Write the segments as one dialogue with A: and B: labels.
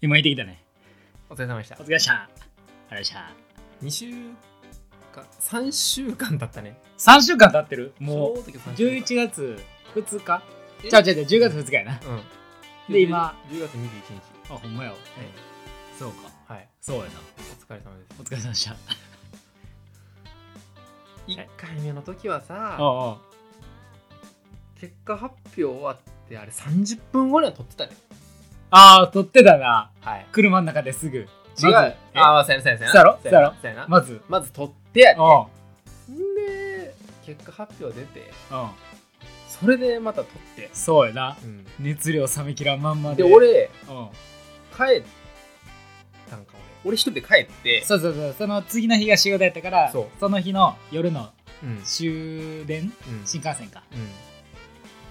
A: 今行ってきたね。
B: お疲れ様でした
A: お。疲れっした。あれっした。
B: 2週か、3週間経ったね。
A: 3週間経ってるも
B: うど
A: う、
B: 11
A: 11月2日
B: え
A: ちゃうちゃうちゃう、10月2日やな。
B: うん。
A: で今
B: 10月21日。
A: あ、ほんまよ。そうか。
B: はい。
A: そうやな。
B: お疲れ様です。
A: お疲れ様でした。
B: 1回目の時はさ、
A: ああ。
B: 結果発表終わって、あれ30分後には撮ってたね。
A: ああ、撮ってたな。
B: はい。
A: 車の中ですぐ。
B: 違う。あ
A: えあ
B: あー、そうやな、そうやな。
A: そうやろ
B: そうやな
A: そ
B: そうやな。ま
A: まず。
B: まず撮ってや
A: うん。うん。
B: んで、結果発表出て、それでまた撮って。
A: そうやな。
B: うん。
A: 熱量冷めきらんまんま
B: で、
A: で。。
B: 俺、
A: うん。
B: 帰ったんか俺。俺一人で帰って、
A: そうそうそう。その次の日が仕事やったから、
B: そう
A: その日の夜の
B: うん。うん。
A: 終電新幹線か。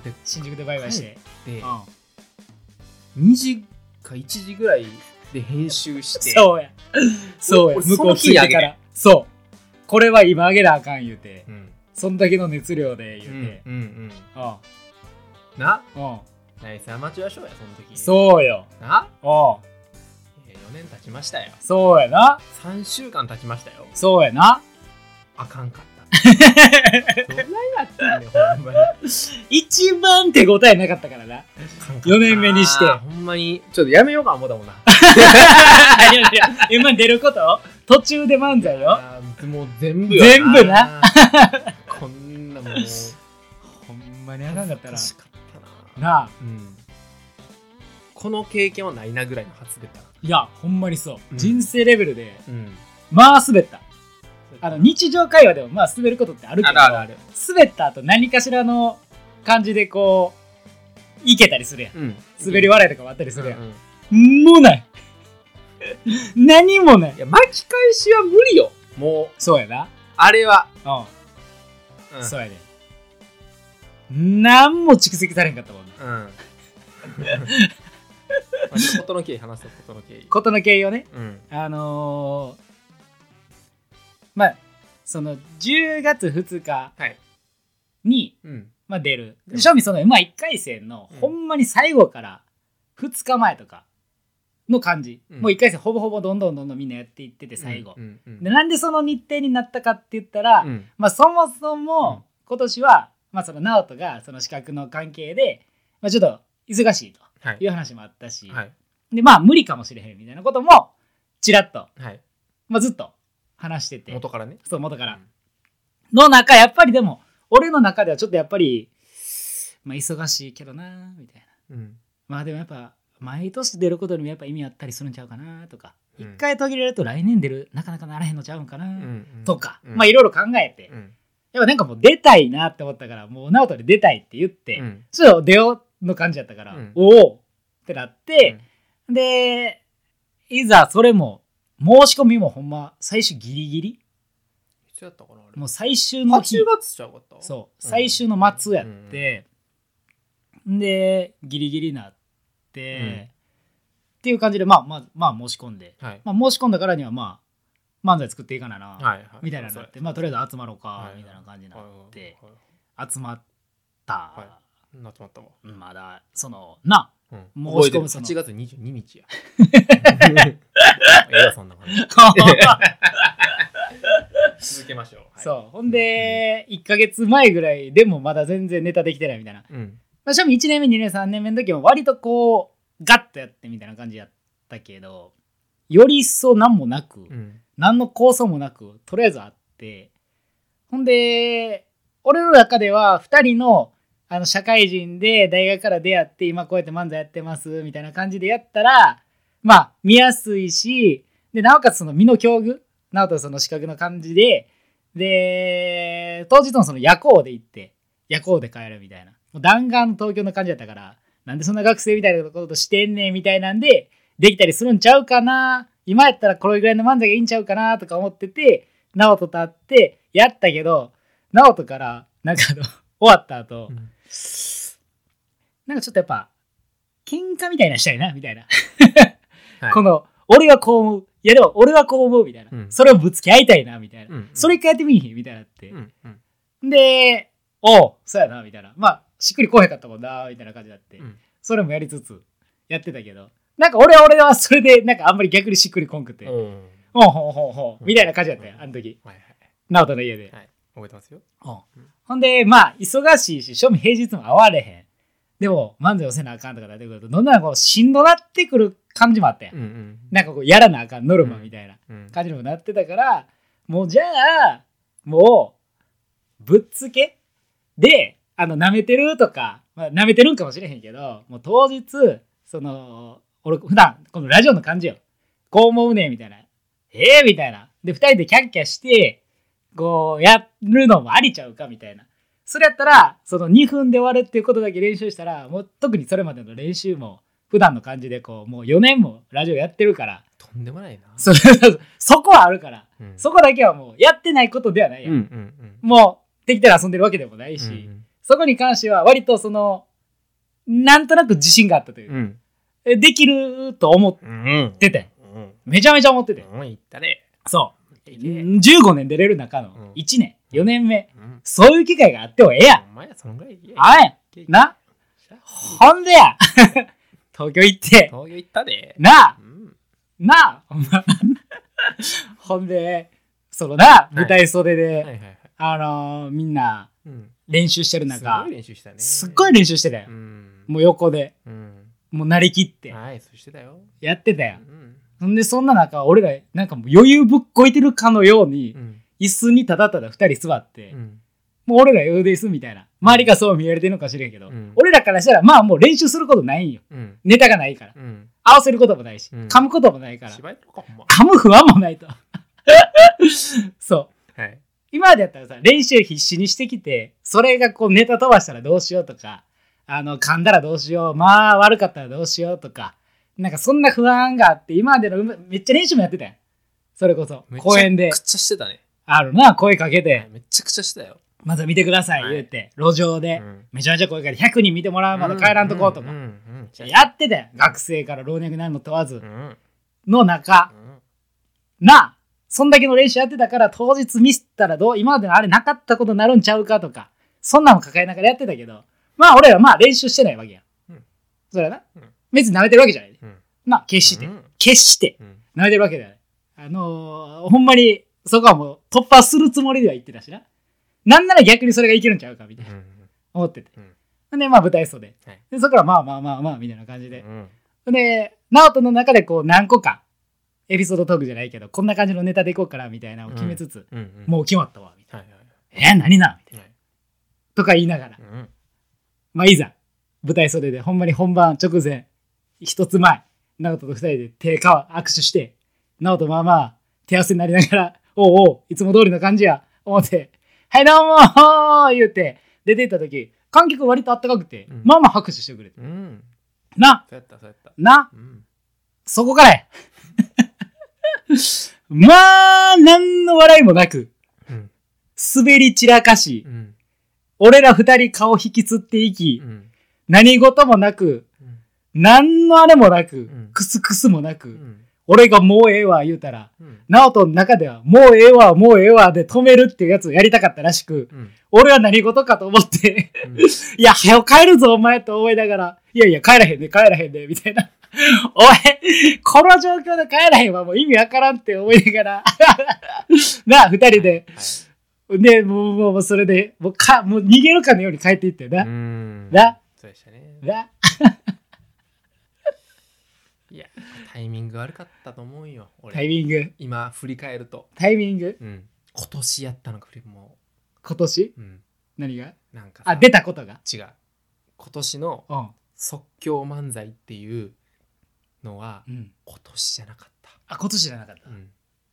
B: で
A: 新宿でバイバイして。
B: で、
A: うん。
B: 2時か1時ぐらいで編集して
A: そうや。そうや。
B: 俺
A: 向こう着い
B: その
A: て
B: 日に
A: か
B: あげ
A: ら。そう。これは今あげなあかん言うて、
B: うん
A: そんだけの熱量で
B: う
A: 言
B: ん
A: うて。
B: うんうん
A: う。
B: なん
A: うん。
B: ナイスアマチュア賞やその時
A: そうよ。
B: な
A: うん。
B: えー4年経ちましたよ
A: そうやな。
B: 3週間経ちましたよ
A: そうやな。
B: あかんかった どんなんやったんねんほんまにあ
A: 一番手応えなかったからな。
B: かんかっ た
A: 四年目にして
B: ほんまにちょっとやめようか思ったもんない
A: やいや、今出ること途中で漫才よ。
B: あーもう全部よ
A: 全部な
B: こんなもう
A: ほんまにあかんかったら
B: 欲。しかったな
A: なあ。
B: うんこの経験はないなぐらいの初滑ったない
A: や、ほんまにそう。
B: うん
A: 人生レベルで、
B: うん
A: まあ滑った。あの、日常会話でもまあ滑ることってあるけ
B: あ
A: ど、
B: るあるある
A: 滑った後何かしらの感じでこういけたりするやん
B: うん
A: 滑り笑いとかもあったりするやん
B: う、ん
A: もうない 何もない
B: いや巻き返しは無理よもう
A: そうやな
B: あれは、
A: う
B: うん
A: んそうやで何も蓄積されんかったもんな
B: うん まあちょっとことの経緯話そうことの経緯
A: ことの経緯をね
B: うん
A: あのー、まあその10月2日
B: はい
A: に、
B: うん
A: まあ、出る
B: う
A: で
B: ん
A: 正味そのまあ1回戦の
B: うん
A: ほんまに最後から2日前とかの感じ、
B: うん
A: もう1回戦ほぼほぼどんどんどんどんみんなやっていってて最後、
B: うんうん
A: でなんでその日程になったかって言ったら、
B: うん
A: まあ、そもそ
B: うん
A: も今年は、まあ、その直人がその資格の関係で、まあ、ちょっと忙しいと
B: はい
A: いう話もあったし、
B: はい
A: でまあ無理かもしれへんみたいなこともちらっと、
B: はい
A: まあ、ずっと話してて
B: 元からね
A: そう元からの中やっぱりでも俺の中ではちょっとやっぱり、まあ、忙しいけどなみたいな
B: うん
A: まあでもやっぱ毎年出ることにもやっぱ意味あったりするんちゃうかなとか
B: う
A: 一、
B: ん
A: 回途切れると来年出るなかなかならへんのちゃうんかな、
B: うん
A: とか、
B: うん
A: まあいろいろ考えて、
B: うん
A: やっぱなんかもう出たいなって思ったからもう直人で出たいって言って、
B: うん
A: ちょっと出ようの感じやったから、
B: うん
A: おおってなって、でいざそれも申し込みもほんま最終ギリギリ
B: いつやったかなあれ
A: もう最終の日
B: 8月ちゃうかった
A: そう
B: うん
A: 最終の末やって、でギリギリなって、
B: うん
A: っていう感じでまあまあまあ申し込んで、
B: はい
A: まあ、申し込んだからにはまあ漫才作っていかなな、
B: はいはい
A: みたいなのになってまあとりあえず集まろうか
B: はい
A: みたいな感じにな
B: はい
A: っ
B: はい
A: て集まった、
B: はなってまったわ
A: まだその な
B: うん
A: もう
B: 覚えてる
A: 申し込む
B: 8月22日やええわそんな感じ続けましょう。
A: そうほんで1か月前ぐらいでもまだ全然ネタできてないみたいな
B: う。うん。
A: まあ、正味1年目2年目3年目の時も割とこうガッとやってみたいな感じやったけどより一層何もなく、
B: うん。
A: 何の構想もなくとりあえずあってほんで俺の中では2人のあの社会人で大学から出会って今こうやって漫才やってますみたいな感じでやったらまあ見やすいしでなおかつその身の境遇なおとその資格の感じでで当日もその夜行で行って夜行で帰るみたいなもう弾丸の東京の感じだったからなんでそんな学生みたいなことしてんねんみたいなんでできたりするんちゃうかな今やったらこれぐらいの漫才がいいんちゃうかなとか思ってて直人と会ってやったけど直人からなんかあの終わった後、なんかちょっとやっぱ喧嘩みたいなしたいなみたいな、
B: はい
A: この俺はこう思ういやでも俺はこう思うみたいな、
B: うん
A: それをぶつけ合いたいなみたいな、
B: うん
A: それ一回やってみいひんみたいなって
B: う、ん。うん。
A: でおうそうやなみたいなまあしっくりこへんかったもんなみたいな感じになって、
B: うん
A: それもやりつつやってたけどなんか俺は俺はそれでなんかあんまり逆にしっくりこんくて、
B: うんはい
A: ほんほんほんほんみたいな感じだったよ
B: うん
A: あの時
B: はい
A: 直人の家で、
B: はい覚えてますよ
A: うんほんでまあ忙しいし正味平日も会われへんでも漫才をせなあかんとかなってくるとどんどんこうしんどなってくる感じもあって、
B: うんうん
A: なんかこうやらなあかんノルマみたいな
B: うん
A: 感じにもなってたからもうじゃあもうぶっつけであの舐めてるとか、まあ、舐めてるんかもしれへんけどもう当日その俺普段このラジオの感じよこう思うねんみたいなええみたいなで2人でキャッキャしてこうやるのもありちゃうかみたいなそれやったらその2分で終わるっていうことだけ練習したらもう特にそれまでの練習も普段の感じでこうもう4年もラジオやってるから
B: とんでもないな
A: それそこはあるから
B: うん
A: そこだけはもうやってないことではないや、
B: うんんうん
A: もうできたら遊んでるわけでもない
B: うん
A: し、
B: うん
A: そこに関しては割とそのなんとなく自信があったという
B: う
A: か、
B: ん
A: えできると思っ
B: うん
A: てて
B: うん
A: めちゃめちゃ思ってて、
B: うんいったね
A: そう
B: いけ
A: 15年出れる中の
B: うん
A: 1年4年目
B: うん
A: そういう機会があってもええやん
B: お前はそのぐらいいけ
A: あえ
B: いけ
A: なほんでや 東京行って
B: 東京行ったで
A: なあ
B: うん
A: なあほんま ほんでそのな舞台袖で、
B: はいはいはい
A: あのーみんな
B: うん
A: 練習してる
B: すご
A: 中
B: い練習したね
A: すっごい練習してたよ、
B: うん
A: もう横で
B: うん
A: もうなりきって
B: はいそうしてたよ
A: やってた
B: う
A: よ、
B: ん
A: ほんでそんな中俺らなんかもう余裕ぶっこいてるかのように、
B: うん
A: 椅子にただただ2人座って、
B: うん
A: もう俺ら余裕ですみたいな周りがそう見られてるのかもしれんけど、
B: うん
A: 俺らからしたらまあもう練習することないんよ
B: うん
A: ネタがないから
B: うん
A: 合わせることもないし、
B: うん
A: 噛むこともないから
B: 芝居とかほんま
A: 噛む不安もないと そう
B: はい
A: 今までやったらさ練習必死にしてきてそれがこうネタ飛ばしたらどうしようとかあの噛んだらどうしようまあ悪かったらどうしようとかなんかそんな不安があって今までのうまめっちゃ練習もやってたよそれこそ
B: めちゃ
A: 公園で
B: くちゃしてたね
A: あるな声かけて
B: めちゃくちゃしてたよ
A: 「まずは見てください」
B: はい
A: 言うて路上でめちゃめちゃ声かけて100人見てもらうまで帰らんとこうと
B: うん
A: か
B: うんうん
A: やってたよ学生から老若男女問わず
B: うん
A: の中
B: うん
A: なあそんだけの練習やってたから当日ミスったらどう今までのあれなかったことになるんちゃうかとかそんなんも抱えながらやってたけどまあ俺らまあ練習してないわけや、
B: うん
A: それはな、
B: うん
A: 別に舐めてるわけじゃないで
B: うん
A: まあ決して、
B: うん
A: 決して
B: うん
A: 舐めてるわけではないあのーほんまにそこはもう突破するつもりでは言ってたしななんなら逆にそれがいけるんちゃうかみたいな
B: うん
A: 思ってて、
B: うん
A: ほんでまあ舞台袖、
B: はい
A: でそこからまあまあまあまあみたいな感じで、
B: うん
A: で、ナオトの中でこう何個かエピソードトークじゃないけど、こんな感じのネタでいこうからみたいなのを決めつつ、
B: うんうん
A: もう決まったわ、みたい
B: はいはい
A: な。えー、何なみたいな。
B: はい
A: とか言いながら、
B: うん
A: まあいざ、舞台袖でほんまに本番直前、一つ前、ナオトと二人で手か握手して、ナオトまあまあ手汗になりながら、 おうおう、いつも通りの感じや、思って、はいどうもー言うて、出て行った時、観客割とあったかくて、
B: うん
A: まあまあ拍手してくれて。
B: うん
A: な、
B: そうやったそうやった
A: な、
B: うん
A: そこからや。 まあ、何の笑いもなく、
B: うん
A: 滑り散らかし
B: う、ん
A: 俺ら二人顔引きつっていうき、
B: ん
A: 何事もなく、
B: うん
A: 何のあれもなく、
B: ん
A: クスクスもなく、
B: うん
A: 俺がもうええわ言うたら、
B: うん
A: ナオトの中では、もうええわ、もうええわで止めるっていうやつをやりたかったらしく、
B: うん
A: 俺は何事かと思って、
B: うん
A: いや、早く帰るぞ、お前と思いながら、いやいや、帰らへんね、帰らへんね、みたいな。 おい、この状況で帰らへんはもう意味わからんって思いながら、 なあ、二人で、
B: はい
A: で、もう、もうもう、それで、もう、か、もう逃げるかのように帰っていって
B: は
A: ない
B: うん、うん
A: な
B: そうでしたね
A: な、
B: いやタイミング悪かったと思うよ俺
A: タイミング、
B: 今振り返ると、
A: タイミング、
B: うん、今年やったのか振りも
A: 今年
B: う、うん、
A: 何が
B: なんかさ
A: あ、出たことが。
B: 違う今年の
A: うん。
B: 即興漫才っていうのは
A: うん。
B: 今年じゃなかっ
A: あ、今年じゃなかった
B: た、。うん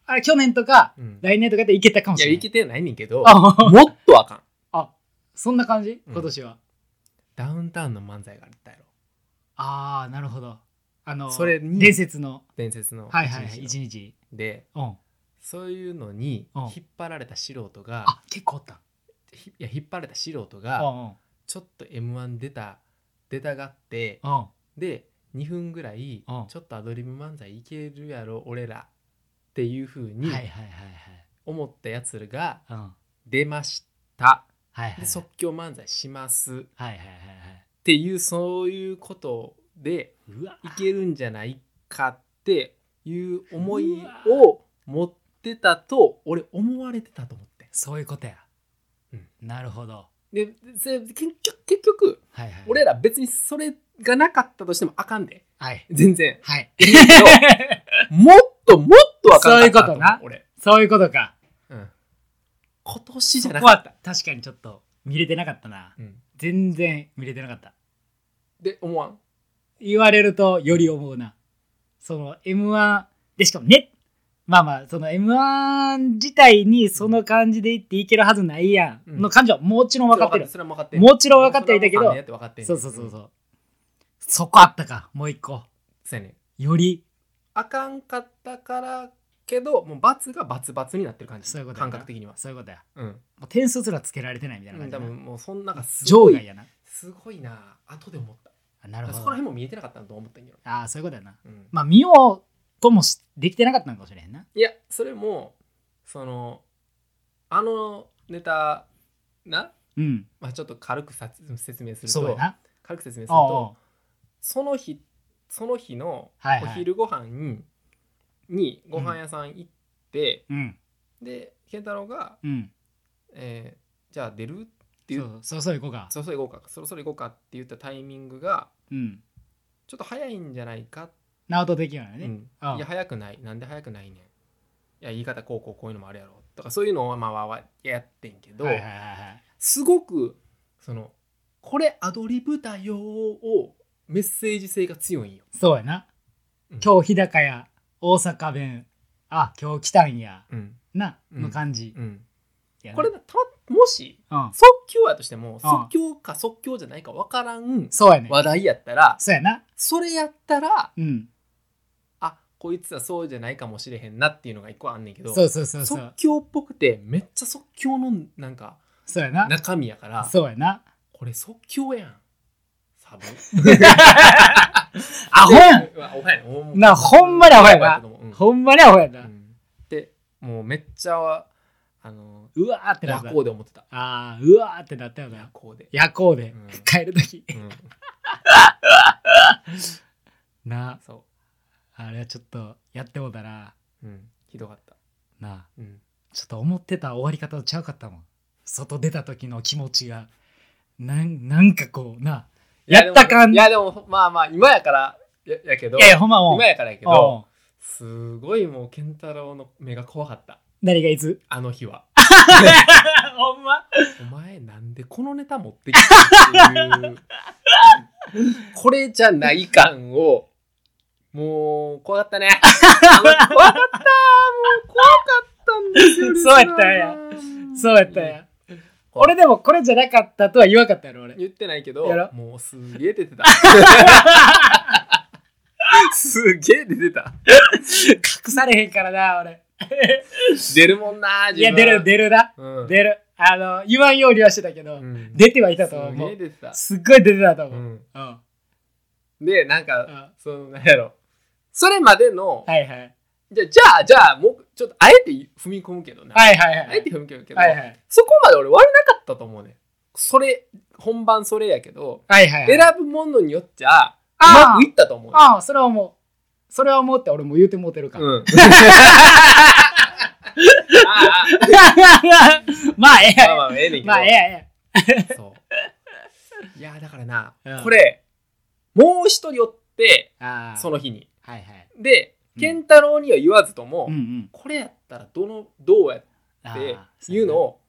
A: あ、去年とか、
B: うん、い
A: 来年とかでいけたかもし
B: や
A: れない。
B: いけてないねんけど
A: あ、
B: もっとあかん
A: あ、そんな感じ
B: うん
A: 今年は。
B: ダウンタウンの漫才があったやろ
A: ああ、なるほど。あの、
B: それに
A: 伝説の、
B: 伝説の
A: はいはいはい、
B: 一
A: 一
B: 日の
A: 日。
B: で
A: うん。
B: そういうのに
A: うん
B: 引っ張られた素人が
A: あ、結構おった。
B: ひいや引っ張られた素人
A: う
B: が
A: んうん。
B: ちょっと m 1出た出たがって
A: うん。
B: で2分ぐらい
A: うん
B: ちょっとアドリブ漫才いけるやろ俺らっていうふう
A: はい
B: に
A: はいはいはい。
B: 思ったやつが
A: うん。はい
B: 出ました、
A: はい。はい
B: で即興漫才しますっ
A: はいはいはい。
B: ていうそういうことで
A: うわ
B: いけるんじゃないかっていう思いう
A: わ
B: を持ってたと俺思われてたと思って
A: そういうことや、
B: うん
A: なるほど
B: でそれ結局結局
A: はいはい
B: 俺ら別にそれがなかったとしてもあかんで
A: はい
B: 全然
A: はい
B: もっともっとあか
A: そうい
B: んかった
A: うことな
B: 俺、
A: そういうことか
B: うん、今年じ
A: そ
B: ゃな
A: こ
B: かっ
A: は
B: た、
A: 確かにちょっと見れてなかったな
B: うん、
A: 全然見れてなかった
B: で思わん
A: 言われるとより思うなその m 1でしかもねまあまあその m 1自体にその感じでいっていけるはずないやん、
B: うん
A: の感じはもちろん分かってる
B: それは分かってる
A: もちろん分かってはいたけ
B: それ
A: ど
B: はもう三年やって分かってんねん
A: そうそうそうそう、そこあったかもう一個
B: そうやねん
A: より
B: あかんかったからけどもう罰がバツバツになってる感じ
A: そういうことや
B: 感
A: な
B: 覚的には
A: そういうことや
B: うん
A: もう点数すらつけられてないみたいな感じ
B: 多
A: やな、
B: 分もうそんなんかす
A: 場
B: ご
A: 外
B: い
A: やな
B: すごいな後で思った
A: あなる
B: そ
A: ほ
B: こ
A: ど
B: ら辺も見えてなかったなと思ったんやろ、
A: ああそういうことやな
B: うん
A: まあ見ようともしできてなかったのかもしれへんない
B: やそれもそのあのネタな、
A: うん
B: まあ、ちょっと軽くさ説明する
A: そうや
B: と
A: な
B: 軽く説明する
A: おうおう
B: とその日その日の
A: はい
B: お
A: はい
B: 昼ご飯に,、にご飯屋さん行って、
A: うん
B: で健太郎が
A: うん
B: えーじゃあ出るってい
A: そううそうそう行こうか
B: そろそろ行こうかそろそろ行こうかって言ったタイミングが
A: うん
B: ちょっと早いんじゃないか、
A: ナオト的なのね、
B: うん
A: ああ
B: いや早くないなんで早くないねんいや言い方こうこうこういうのもあるやろとかそういうのはまあまあまあやってんけど、
A: はいはいはいはい
B: すごくそのこれアドリブだよーをメッセージ性が強いんよ
A: そうやな、
B: うん
A: 今日日高屋大阪弁あ今日来たんや
B: うん
A: な
B: うん
A: の感じ、
B: うん
A: やな
B: これたもし
A: うん
B: 即興やとしても
A: ああ
B: 即興か即興じゃないか分からん
A: そうやね
B: 話題やったら
A: そうやな
B: それやったら
A: うん
B: あこいつはそうじゃないかもしれへんなっていうのが一個あんねんけど
A: そうそうそうそう
B: 即興っぽくてめっちゃ即興のなんか
A: そうやな
B: 中身やから
A: そうやな
B: これ即興やんサブ
A: アホやん
B: うわアホやねん
A: なほんまにアホやな
B: うん
A: ほんまにアホやな、
B: うんでもうめっちゃあの
A: うわーってな
B: 夜
A: った
B: 行で思ってた
A: ああうわーってなったよ
B: 夜
A: な
B: 行で、
A: 夜行で、
B: うん
A: 帰る時
B: うん
A: な
B: そ
A: あれはちょっとやってもうたら
B: う、うん、ひどかった、
A: な
B: うん、
A: ちょっと思ってた終わり方とちゃうかったもん外出た時の気持ちがなんなんかこうなやった感
B: いやでもいやでもまあまあ今やからややけど
A: いやいやほんまもう
B: 今やからやけ
A: お
B: ど
A: う
B: すごいもう健太郎の目が怖かった
A: 誰がい つ
B: あの日は
A: ほんま
B: お前なんでこのネタ持ってきたっていう これじゃない感をもう怖かったね怖かったもう怖かったんです よ
A: そうやったんや
B: リスナー
A: そうやったんや俺でもこれじゃなかったとは言わんかったやろ俺
B: 言ってないけど
A: やろ
B: もうすげえ 出てたすげえ出てた
A: 隠されへんからな俺
B: 出るもんない
A: や出る出るな
B: うん
A: 出るあの言わんようにはしてたけど、
B: うん
A: 出てはいたと
B: すげ
A: 思
B: え
A: う
B: 出てた
A: すっごい出てたと思
B: う
A: う、うん
B: ん
A: は
B: でなんか、
A: うん
B: そのなんやろそれまでの、
A: いはいはい
B: じゃあじゃあじゃあもうちょっとあえて踏み込むけどね、
A: はいはい
B: あえて踏み込むけど、
A: はいはい
B: そこまで俺悪なかったと思うねそれ本番それやけど、
A: はいはいはい
B: 選ぶものによっちゃう
A: あ
B: まくいったと思うね
A: ああそれはもうそれはもうって俺も言うてもうてるから、
B: うんああ
A: まあええや
B: まあまあええねんけど、
A: まあええやえ
B: そういやーだからな、
A: うん
B: これもう一人おって
A: え ああ
B: その日に
A: はいはい
B: で
A: うん
B: 健太郎には言わずとも、
A: うんうん
B: これやったらどのどうやっ
A: あ
B: て
A: あ
B: いうのを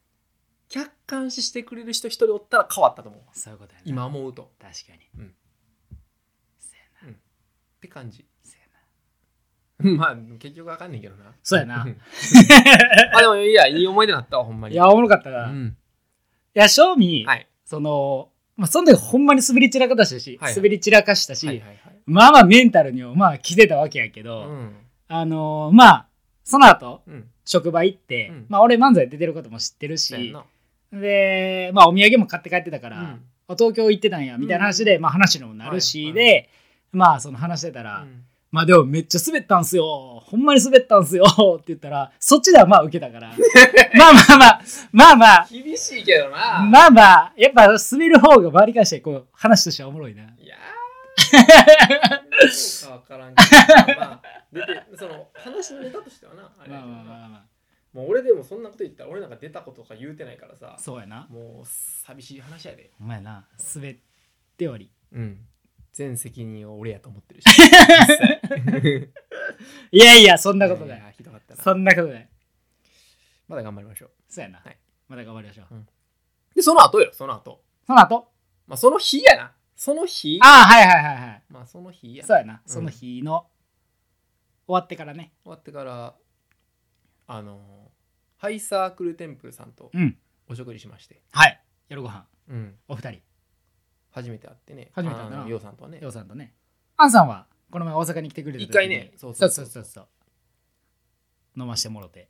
B: 客観視してくれる人一人おったら変わったと思う
A: そういうことやな
B: 今思うとっ
A: 確かに
B: うん
A: せやな
B: て感 じ
A: せやな
B: まあ結局わかんないけどな
A: そうやなん
B: あでもいやいい思い出になったわほんまに
A: いやおもろかった
B: う
A: な、い
B: ん
A: や正味、
B: はい
A: そのまあその時ほんまに滑り散らかしたし、
B: はいはい
A: 滑り散らかしたし、
B: はいはいはい
A: まあまあメンタルにもまあ来てたわけやけど、
B: うん
A: あのーまあその後
B: うん
A: 職場行って、
B: うん
A: まあ俺漫才出てることも知ってる
B: そうやん
A: し
B: な
A: でまあお土産も買って帰ってたか
B: う
A: ら、
B: ん
A: あ東京行ってたんやみたいな話で、まあ話にもなるし、
B: はい
A: でまあその話してたら、
B: うん
A: まあでもめっちゃ滑ったんすよほんまに滑ったんすよって言ったらそっちではまあ受けたから まあまあまあまあまあ
B: 厳しいけどな
A: まあまあやっぱ滑る方が周りからしてこう話としてはおもろいない
B: や そうかわからんけど、まあ、出て、その、話のネタとしてはな、あれや
A: まあ
B: けど
A: まあ
B: な。
A: まあま
B: もう俺でもそんなこと言ったら、俺なんか出たこととか言うてないからさ
A: あ、そうやな
B: もう寂しい話やで。
A: お前な滑っており
B: うん。全責任を俺やと思って るし。実際
A: いやいやそんなことない
B: いや。ひどかった
A: そ
B: な。
A: んなことない
B: まだ頑張りましょう。
A: そうやな、
B: はい
A: また頑張りましょう、
B: うんで、その後よ、その後。
A: その後
B: まあ、その日やな。その日。
A: ああはいはいはいはい
B: まあ、その日や。
A: そう
B: 終
A: やなその日の、終わってからね
B: わってから、あの、ハイサークルテンプルさんと
A: うん
B: お食事しまして、
A: はい夜ご飯
B: うん。
A: お二人
B: 初めて会ってね。
A: 初めて会ったな
B: あのようさんとはね
A: よ。うさんとねアンさんはこの前大阪に来てくれた時に
B: 一回ね
A: そ
B: そうう
A: そ
B: そうう
A: そ
B: そうう
A: そう飲ましてもろて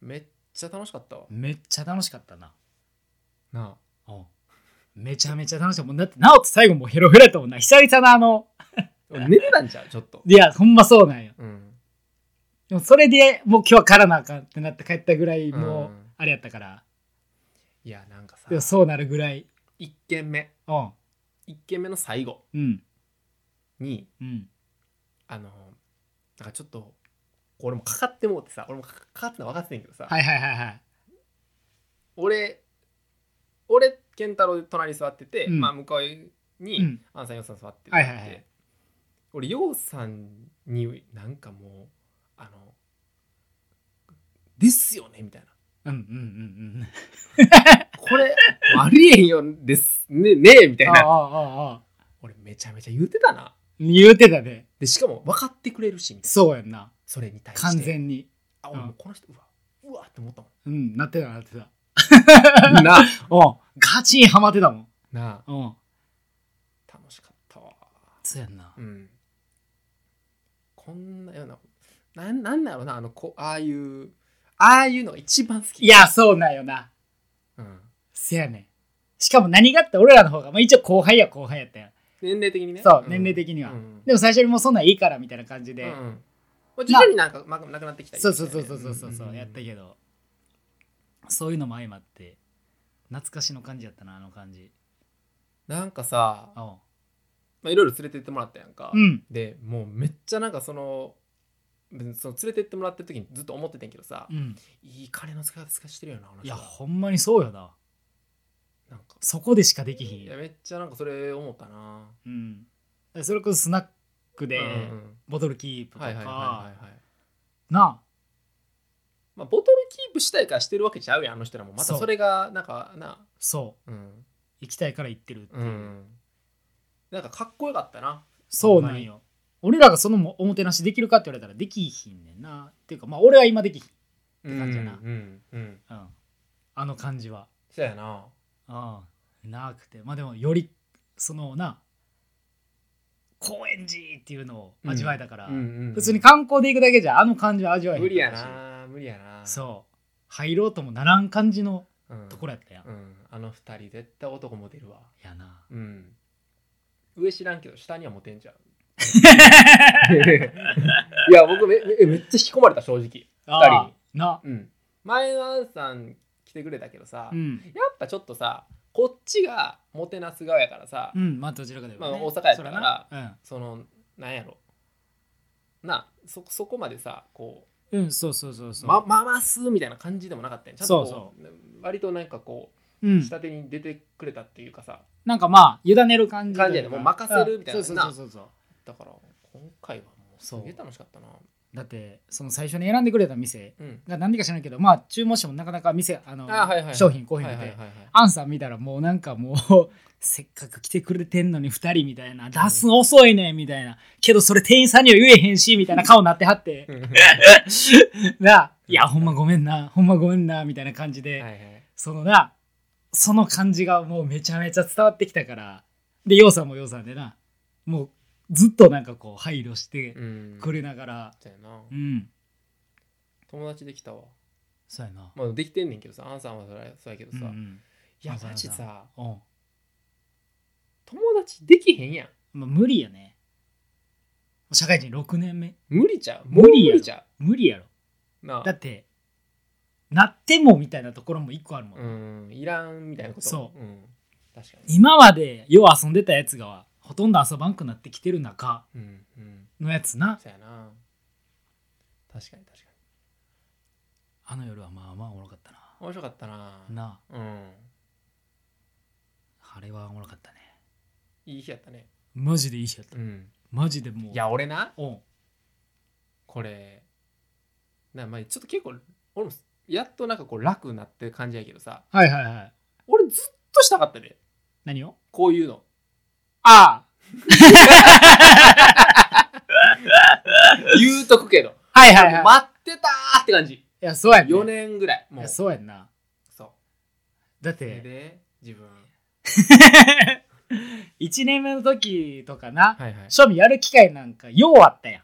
B: めっちゃ楽しかったわ。
A: めっちゃ楽しかったな
B: なあ。
A: うんめちゃめちゃ楽しかったもうだってなおと最後もうヘロヘロやったもんな久々なあの
B: 俺寝てたんちゃうちょっと。
A: いやほんまそうなんよ
B: うん。
A: でもそれでもう今日はからなあかんってなって帰ったぐらいもううんあれやったから、
B: いや、なんかさ
A: で、もそうなるぐらい
B: 一軒目、
A: うん
B: 一軒目の最後
A: うん
B: に、
A: うん
B: あの、なんかちょっと、俺もかかってもうてさ、俺もかかかかってたの分かってんやけどさ、
A: はいはいはいはい
B: 俺、俺、健太郎で隣に座ってて、
A: うん
B: まあ向かいに、
A: うん
B: アンさん、ヨウさん座ってて、
A: はいはいはい
B: 俺、ヨウさんになんかもう、あの、ですよねみたいな。
A: うんうんうんうん
B: こ れ、ありえんよ、です、ね、ねえみたい
A: ああ
B: な。
A: ああああ
B: 俺、めちゃめちゃ言うてたな。
A: 言うてたね
B: で、しかも分かってくれるし、みたいな。
A: そうやんな
B: それに対して。
A: 完全に
B: あ、俺
A: うん
B: もうこの人、うわ、うわって思ったも
A: うんなってたなってた
B: ん。なあ。
A: うんガチンハマってたもん
B: なあ。
A: うん
B: 楽しかったわ。
A: そうやんな
B: うん。こんなような、なんなんだろうな、あの、こああいう、ああいうのが一番好き。
A: いや、そうなんよな
B: うん。
A: せやねんしかも何があって俺らの方が、まあ、一応後輩や後輩やったよ
B: 年齢的にね。
A: そう、
B: ん
A: 年齢的には、
B: うん
A: でも最初にもうそんなんいいからみたいな感じで、
B: うんうんまあ徐々になんか、ま、なくなってきたり
A: そうそうそうそうそうそう,、やった
B: き
A: けどそういうのも相まって懐かしの感じやったなあの感じ
B: なんかさ、ま
A: あ
B: あ、いろいろ連れてってもらったやんか。
A: うん
B: でもうめっちゃなんかその別にその連れてってもらってる時にずっと思ってたんやけどさ、
A: うん
B: いい金の使い方してるよなあ
A: い
B: の人
A: やほんまにそうよな
B: なんか
A: そこでしかでき
B: い
A: ひ
B: や
A: ん、
B: めっちゃなんかそれ思ったな、
A: うん、それこそスナックで
B: うんうん
A: ボトルキープと
B: はいはいはいは
A: か
B: いはい
A: なあ
B: まあボトルキープしたいからしてるわけちゃうやんあの人らもま
A: そ
B: た
A: う
B: それがなんかな
A: そう
B: うん、
A: 行きたいから行ってるっていう
B: う、ん、なんかかっこよかったな
A: そうなんよ俺らがそのもおもてなしできるかって言われたらできひんねんなっていうかまあ俺は今できひん、
B: って
A: 感じやな
B: うんうん、うん、
A: うん、あの感じは
B: そうやな
A: うん、なくてまあでもよりそのな高円寺っていうのを味わえたから、
B: うんうんうん
A: 普通に観光で行くだけじゃあの感じは味わえへん
B: 無理や
A: かったし
B: な無理やな
A: そう入ろうともならん感じの
B: う、ん、
A: ところやったやん、
B: うんあの二人絶対男モテるわ
A: やな
B: うん上知らんけど下にはモテんじゃん いや僕めめめっちゃ引き込まれた正直、
A: ああな
B: うん、前のアンさん来てくれたけどさ、
A: う
B: や
A: ん
B: っぱちょっとさこっちがもてなす側やからさ、
A: うんまあどちらかで、ね
B: まあ大阪やったから
A: そらな
B: そのなんやろなそそこまでさこ
A: うん、うん、そうそうそう
B: う
A: そう、
B: ままますみたいな感じでもなかったんやちゃんとこう
A: そ
B: 割となんかこ
A: う、
B: うん下手に出てくれたっていうかさ
A: なんかまあ委ねる感じといか
B: 感じやねもう任せるみたいな
A: うんそうそうそうそう
B: だから今回はもうすげえ楽しかったな
A: だってその最初に選んでくれた店
B: うん
A: が何でか知らんけどまあ注文してもなかなか店あの
B: あはいはい
A: 商品来へんくて、
B: はいはいはいはい
A: アンさん見たらもうなんかもうせっかく来てくれてんのに2人みたいな出すの遅いねんみたいなけどそれ店員さんには言えへんしみたいな顔になってはってなあいやほんまごめんなほんまごめんなみたいな感じで、
B: はいはい
A: そのなその感じがもうめちゃめちゃ伝わってきたからでようさんもようさんでなもうずっとなんかこう配慮して
B: うん
A: くれながら
B: そうやな
A: うん、
B: 友達できたわ
A: そうやな、
B: まあできてんねんけどさアンさんはそれそうやけど
A: うんう
B: さ、
A: ん
B: いや
A: まあ
B: マジ
A: そう
B: さ
A: おう
B: 友達できへんやん
A: まあ、無理やね社会人6年目
B: 無理ちゃう
A: 無理やろ
B: もう無理ちゃ
A: 無理やろ
B: うな
A: だってなってもみたいなところも一個あるもん、
B: うんいらんみたいなこと、
A: そう
B: ん、確かに
A: 今までよう遊んでたやつがほとんど遊ばんくなってきてる中
B: うんうん
A: のやつな
B: そうやな確かに確かに
A: あの夜はまあまあおもろかったな
B: 面白かったな
A: な
B: うん
A: ああれはおもろかったね
B: いい日やったね
A: マジでいい日やった
B: ん
A: マジでもう
B: いや俺な
A: おん
B: これなまあちょっと結構俺もやっとなんかこう楽になってる感じやけどさ
A: はいはいはい
B: 俺ずっとしたかったで
A: 何を
B: こうい うの
A: あ
B: 言うとくけど
A: あはいはいはい、い
B: 待ってたーって感じ
A: やそうやんね
B: 4年ぐらい
A: い
B: もう
A: や
B: そ
A: そうやんなだ
B: う
A: っ
B: それ
A: て
B: で自分
A: 1年目の時とかな、
B: はいはい
A: 庶民やる機会なんかようあったや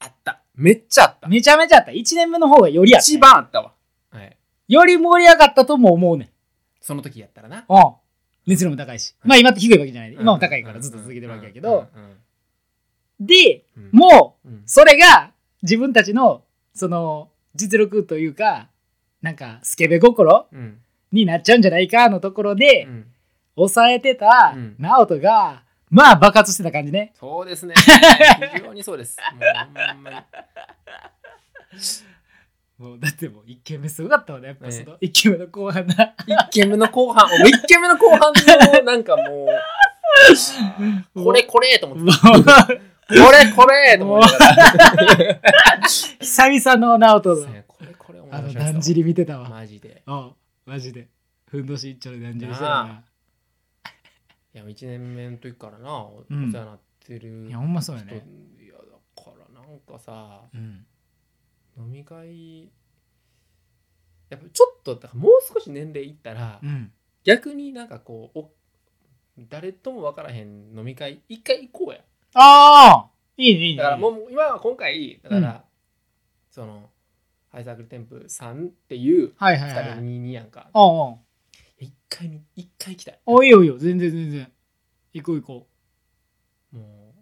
B: あっためっちゃあった
A: んめちゃめちゃあった1年目の方がよりあったやん
B: 一番あったわはい
A: より盛り上がったとも思うねん
B: その時やったらな
A: うん熱量も高いし、まあ今って低いわけじゃないで、今も高いからずっと続けてるわけやけど、で
B: うん
A: もう
B: うんうん
A: それが自分たちのその実力というかなんかスケベ心
B: うん
A: になっちゃうんじゃないかのところで、
B: うん
A: 抑えてた
B: うん
A: 直人が、まあ爆発してた感じね
B: そうです ね非常にそうですもうほんまに
A: もうだってもう1軒目すごかったわねやっぱそ
B: え
A: の1軒目の後半 な
B: 一軒目の後半、俺一軒目の後半のなんかもう、 これこれと思って、これこれと思ってたから、
A: 久々の直人 の
B: これこれ面
A: あ
B: 白
A: の
B: いです
A: だんじり見てたわ、
B: マジで。
A: うんマジでふんどし一丁でだんじりしてたない
B: や、一年目の時からな、お世
A: うん
B: 話になってる。
A: いやほんまそう
B: ちょ
A: よ
B: っと
A: ね
B: いや、だからなんかさ、
A: うん
B: 飲み会、やっぱちょっと、だからもう少し年齢いったら
A: う、ん
B: 逆になんかこう、お誰とも分からへん飲み会、一回行こうや。
A: ああいいねいいね
B: だからも
A: う
B: う今は今回だから、
A: うん
B: そのハイサークルテンプ3っていう
A: はいはいは
B: 2人
A: い
B: に2やんか
A: おう
B: 一回に一回行きたい
A: おうおいいよいいよ全然全然行こう行こう
B: も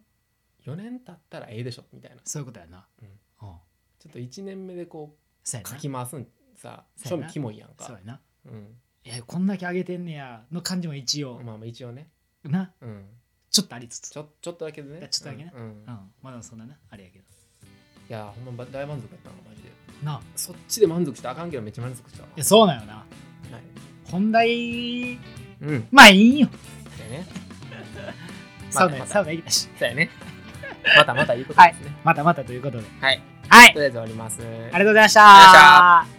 B: う4年経ったらええでしょみたいな
A: そういうことやな
B: うん
A: うん
B: ちょっと1年目でこ
A: そう
B: う
A: や
B: か
A: な
B: き回すんさ
A: そう
B: 正
A: やな
B: 味キモいやん
A: そう
B: か
A: やな
B: うん
A: いやこんだけ上げてんねやの感じも一応、
B: まあまあ一応ね
A: な
B: うん
A: ちょっとありつつ
B: ちょちょっとだけで
A: い
B: ね
A: やちょっとだけね
B: うんうん
A: う
B: い
A: んまだそんななあれやけど
B: やほんま大満足やったのマジで
A: なあ
B: そっちで満足したらあかんけどめっちゃ満足したわ
A: いやそうなんよな
B: はい
A: 本題
B: うん
A: まあいいよ
B: だよね
A: サウナ
B: また
A: サウナ行きたし
B: だよ ねまたまた言うことですね
A: またまたということで
B: はい
A: はいあり
B: とりあえず終わります。
A: がとうございまし
B: ありがとうござい
A: た